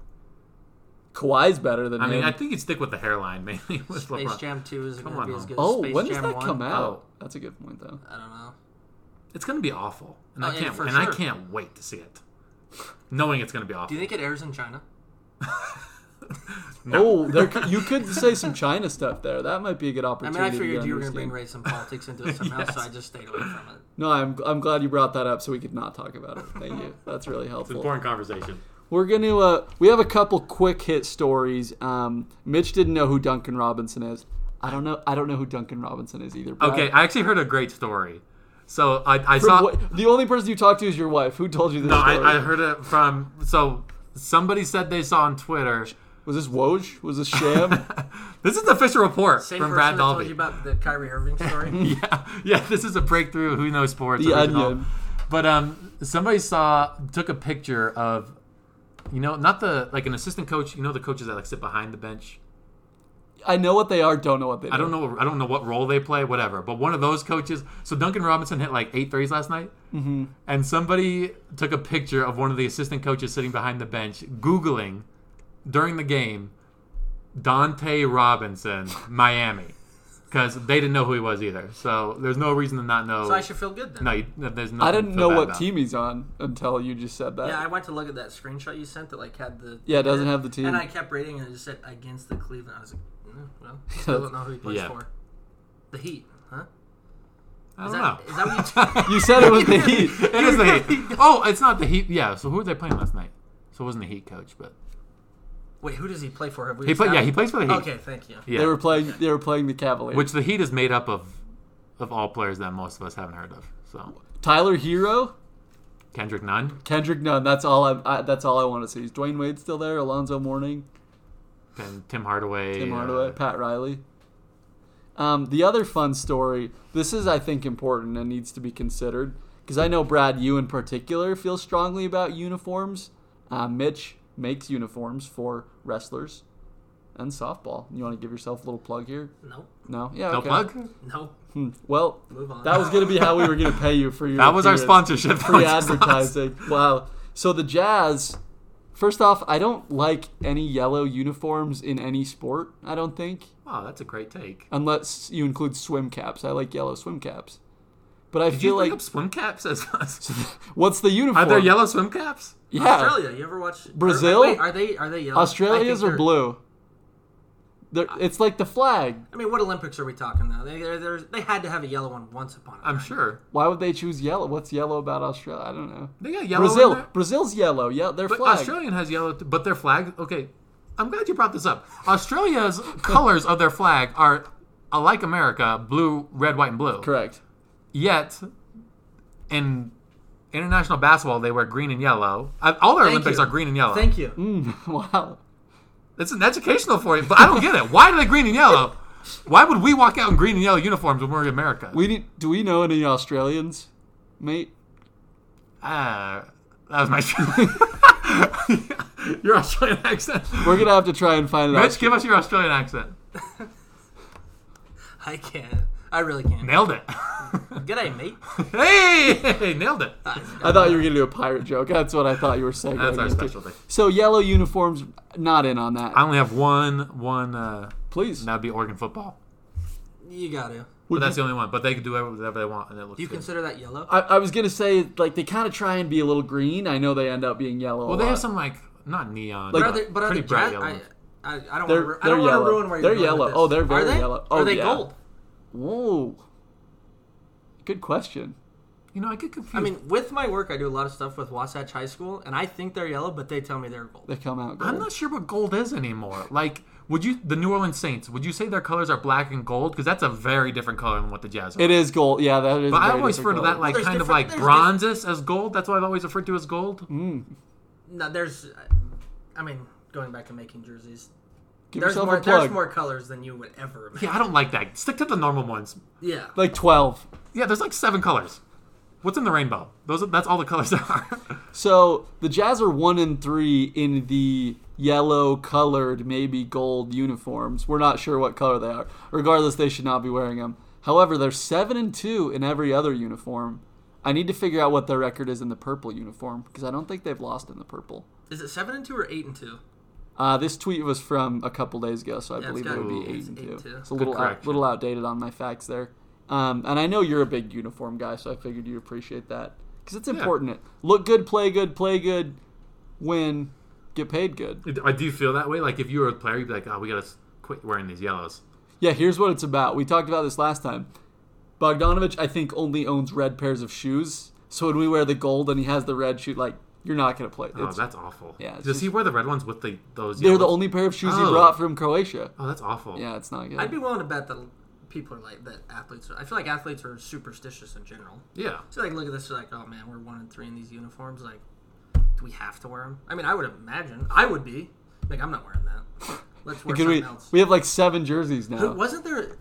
Kawhi's better than I mean, him. I think you'd stick with the hairline mainly with Space LeBron. Jam Two isn't Come gonna on be as home. good. as oh, Space when does Jam that 1. come out? Oh. That's a good point though. I don't know. It's gonna be awful, and Oh, I yeah, can't for and I sure. can't wait to see it. knowing it's going to be awful. Do you think it airs in China? Oh, there could, you could say some China stuff there. That might be a good I opportunity. mean, I to figured you were going to understand. bring race and politics into it somehow, so I just stayed away from it. No, I'm I'm glad you brought that up so we could not talk about it. Thank you. That's really helpful. Important conversation. We're gonna uh, we have a couple quick hit stories. Um, Mitch didn't know who Duncan Robinson is. I don't know. I don't know who Duncan Robinson is either. but Okay, I- I actually heard a great story. So I, I from saw. what- the only person you talked to is your wife. Who told you this no, story? I, I heard it from. So somebody said they saw on Twitter. Was this Woj? Was this Sham? This is the official report Same from person Brad that Dalby. told you about the Kyrie Irving story. yeah, yeah. This is a breakthrough. Who knows sports? The original. Onion. But um, somebody saw took a picture of, you know, not the like an assistant coach. You know, the coaches that like sit behind the bench. I know what they are. Don't know what they. I don't know. I don't know what role they play. Whatever. But one of those coaches. So Duncan Robinson hit like eight threes last night, mm-hmm. and somebody took a picture of one of the assistant coaches sitting behind the bench, googling during the game, Dante Robinson, Miami, because they didn't know who he was either. So there's no reason to not know. so I should feel good then. No, you, no, there's no. I didn't know what team he's on until you just said that. Yeah, I went to look at that screenshot you sent that like had the Yeah, it doesn't have the team. And I kept reading and it just said against the Cleveland. I was like, mm, well, I still don't know who he plays Yeah. for. The Heat, huh? I Is don't that, know. is that what you? you said it was the Heat. it is the Heat. Oh, it's not the Heat. Yeah. So who were they playing last night? So it wasn't the Heat coach, but Wait, who does he play for? Have we? he played. Yeah, he established- plays for the Heat. Okay, thank you. Yeah. They were playing. They were playing the Cavaliers. Which the Heat is made up of, of all players that most of us haven't heard of. So Tyler Hero, Kendrick Nunn, Kendrick Nunn. That's all I, I. That's all I want to see. Is Dwayne Wade still there? Alonzo Mourning, and Tim Hardaway. Tim uh, Hardaway, Pat Riley. Um, the other fun story. This is, I think, important and needs to be considered because I know Brad, you in particular, feel strongly about uniforms. Uh, Mitch makes uniforms for wrestlers and softball. You want to give yourself a little plug here? No, No. Yeah. no okay. plug. no, Hmm, Well, move on. that was going to be how we were going to pay you for your. That was our appearance. sponsorship. free advertising. wow. So the Jazz, first off, I don't like any yellow uniforms in any sport, I don't think, Wow, that's a great take. unless you include swim caps. I like yellow swim caps. But I Did you feel bring like up swim caps as what's the uniform? Are there yellow swim caps? Yeah. Australia. You ever watch Brazil? Or, wait, are they are they yellow? I Australia's think are they're- blue. They're, Uh, it's like the flag. I mean, what Olympics are we talking though? They they're, they're, they had to have a yellow one once upon a time. I'm sure Why would they choose yellow? What's yellow about Australia? I don't know. they got yellow. in Brazil, there. Brazil's yellow. Yeah, their But flag. Australian has yellow, t- but their flag. Okay, I'm glad you brought this up. Australia's colors of their flag are, uh, like America, blue, red, white, and blue. Correct. Yet, in international basketball, they wear green and yellow. Uh, All their Thank Olympics you. are green and yellow. Mm. Thank you. wow. it's an educational for you, but I don't get it. Why are they green and yellow? Why would we walk out in green and yellow uniforms when we're in America? We need, do we know any Australians, mate? Ah, that was my. your Australian accent. We're gonna have to try and find it out. Mitch, give us your Australian accent. I can't. I really can't. Nailed it. G'day, mate. hey, nailed it. I thought you were gonna do a pirate joke. That's what I thought you were saying. That's our going into. specialty. So yellow uniforms, not in on that. I only have one. One. Uh, Please, and that'd be Oregon football. You got to. But that's the only one. But they could do whatever- whatever they want, and it looks Do you good. consider that yellow? I, I was gonna say like they kind of try and be a little green. I know they end up being yellow. well, a they have lot. some like not neon, Like- But but are they, but are pretty they bright bright yellow. I, ones. I, I don't They're- want to. I they're don't want yellow. to ruin where you're They're going yellow. With this. Oh, they're very are they? yellow. Are Oh, they yeah. gold? Whoa, good question. You know, I get confused. I mean, with my work, I do a lot of stuff with Wasatch High School, and I think they're yellow, but they tell me they're gold. They come out. Gold. I'm not sure what gold is anymore. Like, would you the New Orleans Saints? Would you say their colors are black and gold? Because that's a very different color than what the Jazz are. It is gold. Yeah, that is. But I very always refer to different that gold. like There's kind of different- like there's Mm. bronzes as gold. That's why I've always referred to as gold. No, there's. I mean, going back to making jerseys, Give there's yourself more. a plug. There's more colors than you would ever imagine. Yeah, I don't like that. Stick to the normal ones. Yeah. Like twelve. Yeah, there's like seven colors. What's in the rainbow? Those are, that's all the colors there are. So the Jazz are one and three in the yellow colored, maybe gold uniforms. We're not sure what color they are. Regardless, they should not be wearing them. However, they're seven and two in every other uniform. I need to figure out what their record is in the purple uniform because I don't think they've lost in the purple. Is it seven and two or eight and two? Uh, this tweet was from a couple days ago, so I it's believe it gotta would be be- eight it's and eight two. two. It's a little out, correction. little outdated on my facts there. Um, and I know you're a big uniform guy, so I figured you appreciate that. because it's important. It look good, play good, play good, win, get paid good. I do feel that way. Like if you were a player, you'd be like, "Oh, we gotta s- quit wearing these yellows." Yeah, here's what it's about. We talked about this last time. Bogdanovich, I think, only owns red pairs of shoes. So when we wear the gold and he has the red shoe, like you're not gonna play. Oh, It's, that's awful. yeah, it's Does he wear the red ones with the those? they're the yellows? only pair of shoes he Oh. brought from Croatia. Oh, that's awful. Yeah, it's not good. I'd be willing to bet that people are like that. Athletes, are, I feel like athletes are superstitious in general. Yeah. So like, look at this, they're like, oh man, we're one and three in these uniforms. Like, do we have to wear them? I mean, I would imagine I would be. Like, I'm not wearing that. Let's wear Could something we, else. we have like seven jerseys Who- now. wasn't there?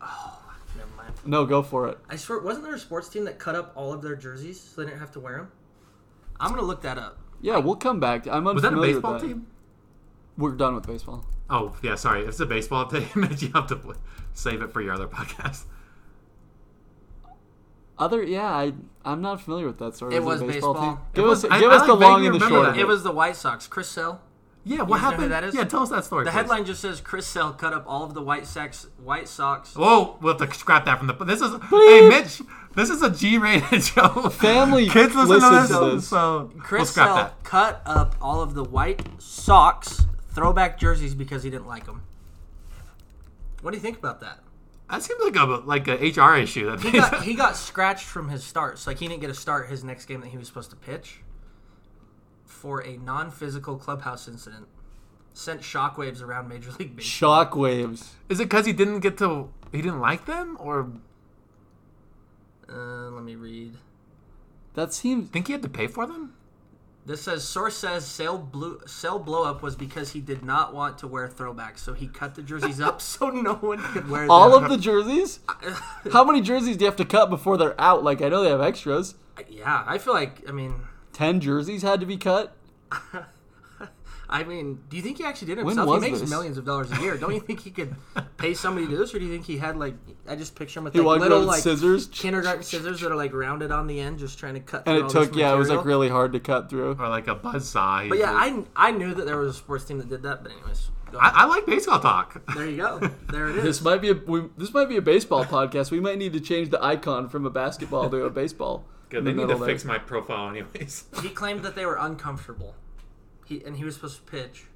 Oh, never mind. No, go for it. I swear, wasn't there a sports team that cut up all of their jerseys so they didn't have to wear them? I'm gonna look that up. Yeah, we'll come back. I'm Was that a unfamiliar baseball with that. team? We're done with baseball. Oh, yeah. Sorry, if it's a baseball team, you have to pl- save it for your other podcast. Other, yeah, I I'm not familiar with that sort It of was a baseball baseball. team. It Give was- us I- give I, us like, the long vaguely and the remember short. that. of It It was the White Sox. Chris Sell. Yeah. What You know who happened? that is? Yeah. Tell us that story. The please. headline just says Chris Sell cut up all of the White Sox. White Sox. Whoa, we'll have to scrap that from the. This is hey Mitch. This is a G-rated show. Family kids listen to listens this, to this. so we'll Chris scrap Sell that. cut up all of the White Sox throwback jerseys because he didn't like them. What do you think about that? That seems like a like a HR issue. That He got, he got scratched from his starts. Like he didn't get a start his next game that he was supposed to pitch for a non-physical clubhouse incident. Sent shockwaves around Major League Baseball. shockwaves. is it because he didn't get to he didn't like them or Uh, let me read. That seems think he had to pay for them? This says source says sale blue sale blow up was because he did not want to wear throwbacks, so he cut the jerseys up so no one could wear them. all of the jerseys. How many jerseys do you have to cut before they're out? Like I know they have extras. yeah, I feel like I mean, Ten jerseys had to be cut. I mean, do you think he actually did it When himself? was he makes this? millions of dollars a year. Don't you think he could pay somebody to do this, or do you think he had like I just picture him with He like, walked around little with like scissors, kindergarten scissors that are like rounded on the end, just trying to cut. and through it all took this yeah, it was like material? really hard to cut through. Or like a buzz saw? But yeah, I I knew that there was a sports team that did that. But anyways, go ahead. I, I like baseball talk. there you go. There it This is. might be a we, this might be a baseball podcast. We might need to change the icon from a basketball to a baseball. in the middle there. my profile anyways. He claimed that they were uncomfortable. He and he was supposed to pitch.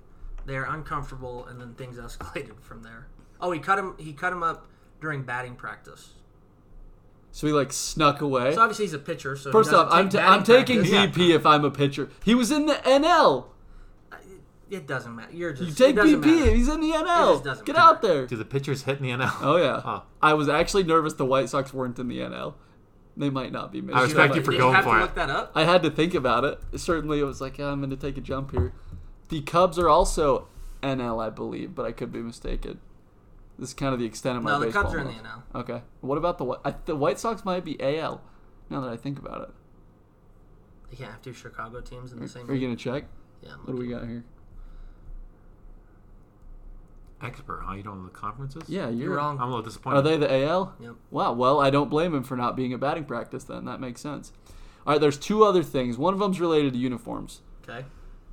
They are uncomfortable, and then things escalated from there. Oh, he cut him. He cut him up during batting practice. So he like snuck away. So obviously he's a pitcher. So he First doesn't off, I'm, take t- batting I'm taking practice. Yeah. BP if I'm a pitcher. He was in the NL. It doesn't matter. You're just You take it doesn't BP. matter. He's in the NL. doesn't Get matter. out there. Do the pitchers hit in the NL? Oh yeah. Oh. I was actually nervous the White Sox weren't in the NL. They might not be. Missed. I respect Did you for you going have for to it. look that up. I had to think about it. Certainly, it was like yeah, I'm going to take a jump here. The Cubs are also NL, I believe, but I could be mistaken. This is kind of the extent of my No, the baseball Cubs are in the knowledge. NL. Okay. What about the Whi- I, the White Sox? Might be AL. Now that I think about it, They can't have two Chicago teams in the same. are you going to check? yeah, I'm What do looking. we got here? Expert, huh? You don't know the conferences? Yeah, you're, You're I'm wrong. a little disappointed. Are they the AL? Yep. Wow. Well, I don't blame him for not being a batting practice. Then that makes sense. All right. There's two other things. One of them's related to uniforms. Okay.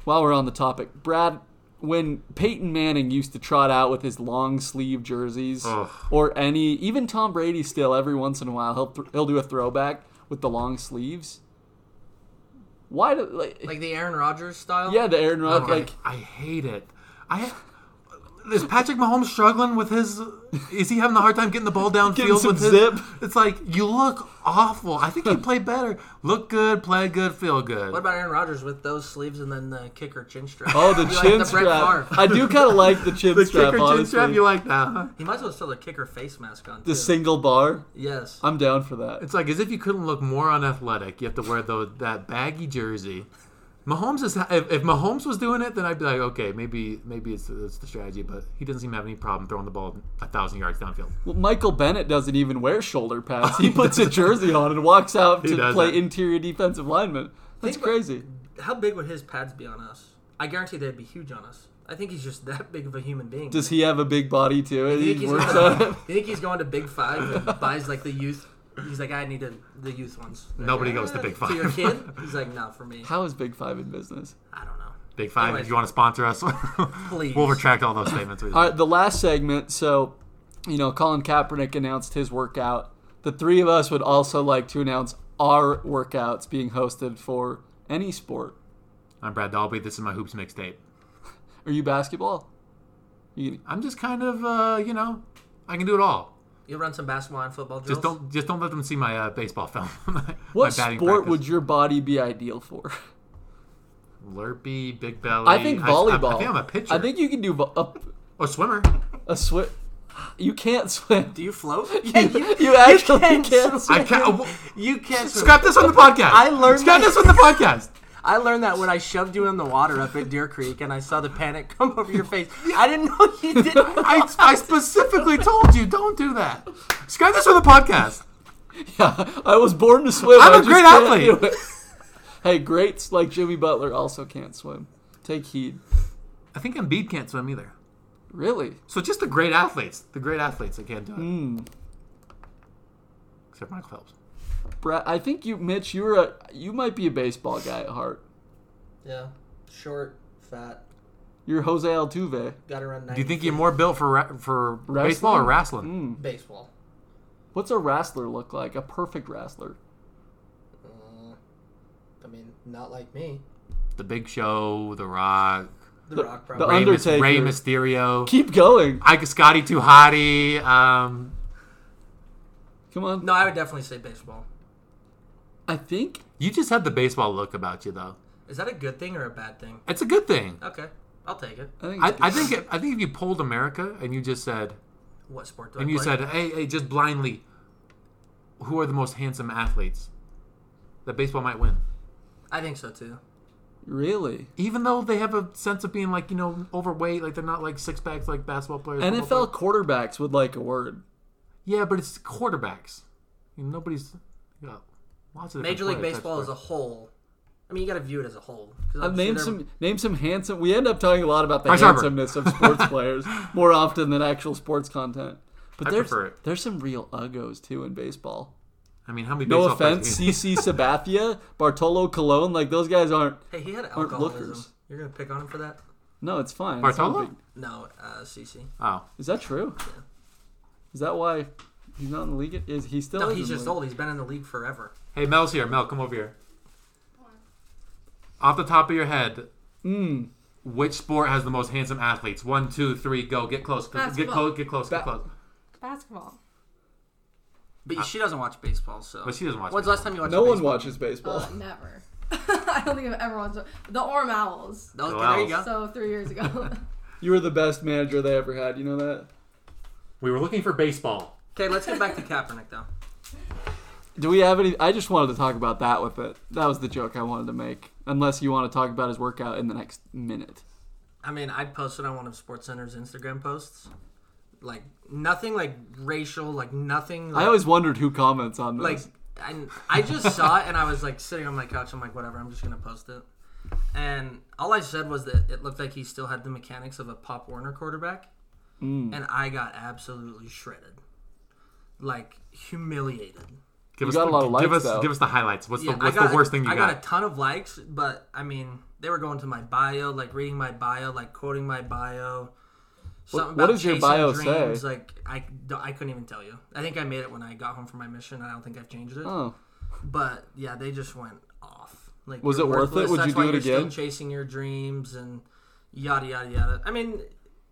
While we're on the topic, Brad, when Peyton Manning used to trot out with his long sleeve jerseys, Ugh. or any, even Tom Brady still every once in a while he'll th- he'll do a throwback with the long sleeves. Why do like, Like the Aaron Rodgers style. yeah the Aaron Rodgers I- like I hate it. I is Patrick Mahomes struggling with his? Is he having a hard time getting the ball Getting downfield some with his? zip. It's like you look awful. I think he played better. Look good, play good, feel good. What about Aaron Rodgers with those sleeves and then the kicker chin strap? oh the You chin like the Brett strap? Favre. I do kind of like the chin the strap. kicker chin honestly, strap? You like that? Huh? He might as well still the kicker face mask on. Too. the single bar. yes. I'm down for that. It's like as if you couldn't look more unathletic. You have to wear those that baggy jersey. Mahomes is if, if Mahomes was doing it, then I'd be like, okay, maybe maybe it's, it's the strategy, but he doesn't seem to have any problem throwing the ball a thousand yards downfield. Well, Michael Bennett doesn't even wear shoulder pads. He puts a jersey on and walks out to doesn't. play interior defensive lineman. That's Think about- crazy. How big would his pads be on us? I guarantee they'd be huge on us. I think he's just that big of a human being. Does he have a big body too? And You think he he's works going on it. to, you think he's going to Big Five and buys like the youth? He's like, I need to, the youth ones. They're Nobody like, goes to "Ah, Big To your Five." kid? He's like, no, for me. How is Big Five in business? I don't know. Big five, Anyways. if you want to sponsor us, Please. we'll retract all those statements. We did. All right, the last segment. So, you know, Colin Kaepernick announced his workout. The three of us would also like to announce are workouts being hosted for any sport? I'm Brad Dalby. This is my hoops mixtape. Are you basketball? You, I'm just kind of, uh, you know, I can do it all. You run some basketball and football drills. Just don't, just don't let them see my uh, baseball film. my, what my batting sport practice. would your body be ideal for? Lurpy, big belly. I think volleyball. I, think I'm a pitcher. I think you can do vo- a, or swimmer. a swim. You can't swim. Do you float? You, actually can't can't, swim. swim. I can't. uh, w- you can't swim. Scrap this on the podcast. I learned Scrap that- this on the podcast. I learned that when I shoved you in the water up at Deer Creek and I saw the panic come over your face. I didn't know you did. I, I specifically told you don't do that. Scrap this on the podcast. Yeah, I was born to swim. I'm I a just great can't athlete. do it. hey, greats like Jimmy Butler also can't swim. Take heed. I think Embiid can't swim either. Really? So just the great athletes, the great athletes that can't do it, except Michael Phelps. Brad, I think you, Mitch, you're a you might be a baseball guy at heart. Yeah, short, fat, You're Jose Altuve. gotta run. Do you think you're more built for ra- for Wrestling? baseball or wrestling? baseball? Hmm, What's a wrestler look like? A perfect wrestler. Mm, I mean, not like me. The Big Show, The Rock, The, Rock The probably. Rey, Mys- Undertaker. Rey Mysterio, Keep going. Ike Scotty Tuhati. Um, Come on. no, I would definitely say baseball. I think you just have the baseball look about you, though. Is that a good thing or a bad thing? It's a good thing. Okay, I'll take it. I think, I, I think if, I think if you polled America and you just said What sport do I and play? you said, hey, hey, just blindly, who are the most handsome athletes? That baseball might win. I think so too. really even though they have a sense of being like you know overweight, like they're not like six packs like basketball players. football NFL players. quarterbacks would like a word. yeah, but it's quarterbacks. You know, nobody's you got lots of different Major League players, Baseball that's as a where- whole. I mean, you got to view it as a whole. 'cause Uh, I'm sure name there- some name some handsome. We end up talking a lot about the Bryce Harper. handsomeness of sports players more often than actual sports content. But I there's prefer it. there's some real uggos too in baseball. I mean, how many? No baseball players offense, do you- CC Sabathia, Bartolo Colon, like those guys aren't. Hey, he had alcoholism. lookers. You're gonna pick on him for that? No, it's fine. It's not a Bartolo? big- No, uh, CC. Oh, Is that true? Is that why he's not in the league? Is he still? No, is he's in the just league? old. He's been in the league forever. hey, Mel's here. Mel, come over here. Off the top of your head, Mm. which sport has the most handsome athletes? One, two, three, go. Get close. Get Basketball. close. Get close. Get Ba- close. Basketball. But she doesn't watch baseball, so. But she doesn't watch When's the last time you watched? No one baseball? watches baseball. Oh, never. I don't think I've ever watched it. the Orm Owls. No, Wow. there you go. So three years ago. You were the best manager they ever had. You know that. We were looking for baseball. Okay, let's get back to Kaepernick though. Do we have any? I just wanted to talk about that with it. That was the joke I wanted to make. Unless you want to talk about his workout in the next minute. I mean, I posted on one of Sports Center's Instagram posts, like nothing like racial, like nothing. Like, I always wondered who comments on this. like I, I just saw it and I was like sitting on my couch. I'm like, whatever. I'm just gonna post it. And all I said was that it looked like he still had the mechanics of a Pop Warner quarterback, Mm. and I got absolutely shredded, like humiliated. You Give us got a lot of give likes, us though. give us the highlights. What's Yeah, the what's I got, the worst thing you I got? got a ton of likes, but I mean, they were going to my bio, like reading my bio, like quoting my bio. Something what about does your chasing bio dreams, say? Like I, don't- I couldn't even tell you. I think I made it when I got home from my mission. I don't think I've changed it. oh, But yeah, they just went off. Like Was you're it worth it? worthless, Would you that's do why it you're again? Still chasing your dreams and yada yada yada. I mean,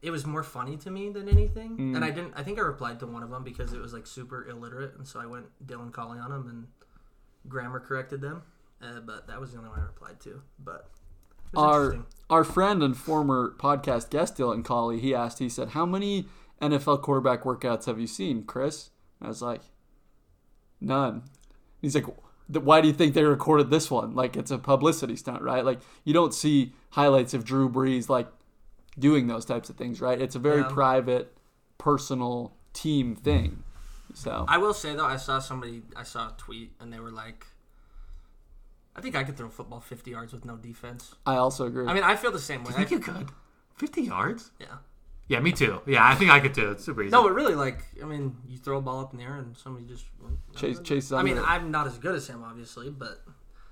it was more funny to me than anything. Mm. And I didn't. I think I replied to one of them because it was like super illiterate, and so I went Dylan Colley on them and grammar corrected them. Uh, but that was the only one I replied to. But it was our interesting. our friend and former podcast guest Dylan Colley, he asked. He said, "How many NFL quarterback workouts have you seen, Chris?" And I was like, "None." He's like, "Th- "Why do you think they recorded this one? Like, it's a publicity stunt, right? Like, you don't see highlights of Drew Brees like doing those types of things, right? It's a very Yeah. private, personal team thing." So I will say though, I saw somebody. I saw a tweet, and they were like. I think I could throw a football 50 yards with no defense. I also agree. I mean, I feel the same way. I think I- you could. Fifty yards. yeah. Yeah, me too. Yeah, I think I could too. It's super easy. No, but really, like, I mean, you throw a ball up in the air and somebody just. Chase Chase. I mean, under it. I'm not as good as him, obviously, but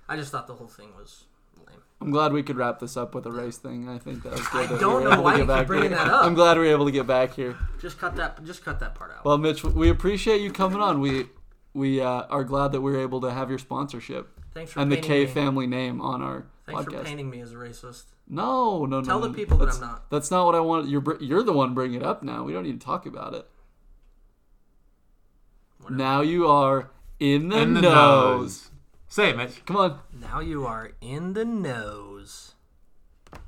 I just thought the whole thing was lame. I'm glad we could wrap this up with a race thing. I think that was good. I that we don't were know able to why get you keep back bringing here. that up. I'm glad we were able to get back here. Just cut that. Just cut that part out. Well, Mitch, we appreciate you coming on. We we uh, are glad that we were able to have your sponsorship Thanks for and the painting K me. family name on our Thanks for podcast. painting me as a racist. No, no, no. Tell no, the no. people that that's, I'm not. That's not what I want. You're br- you're the one bringing it up now. We don't need to talk about it. Whatever. Now you are in the, In the nose. nose. Say it, Mitch. Come on. Now you are in the nose.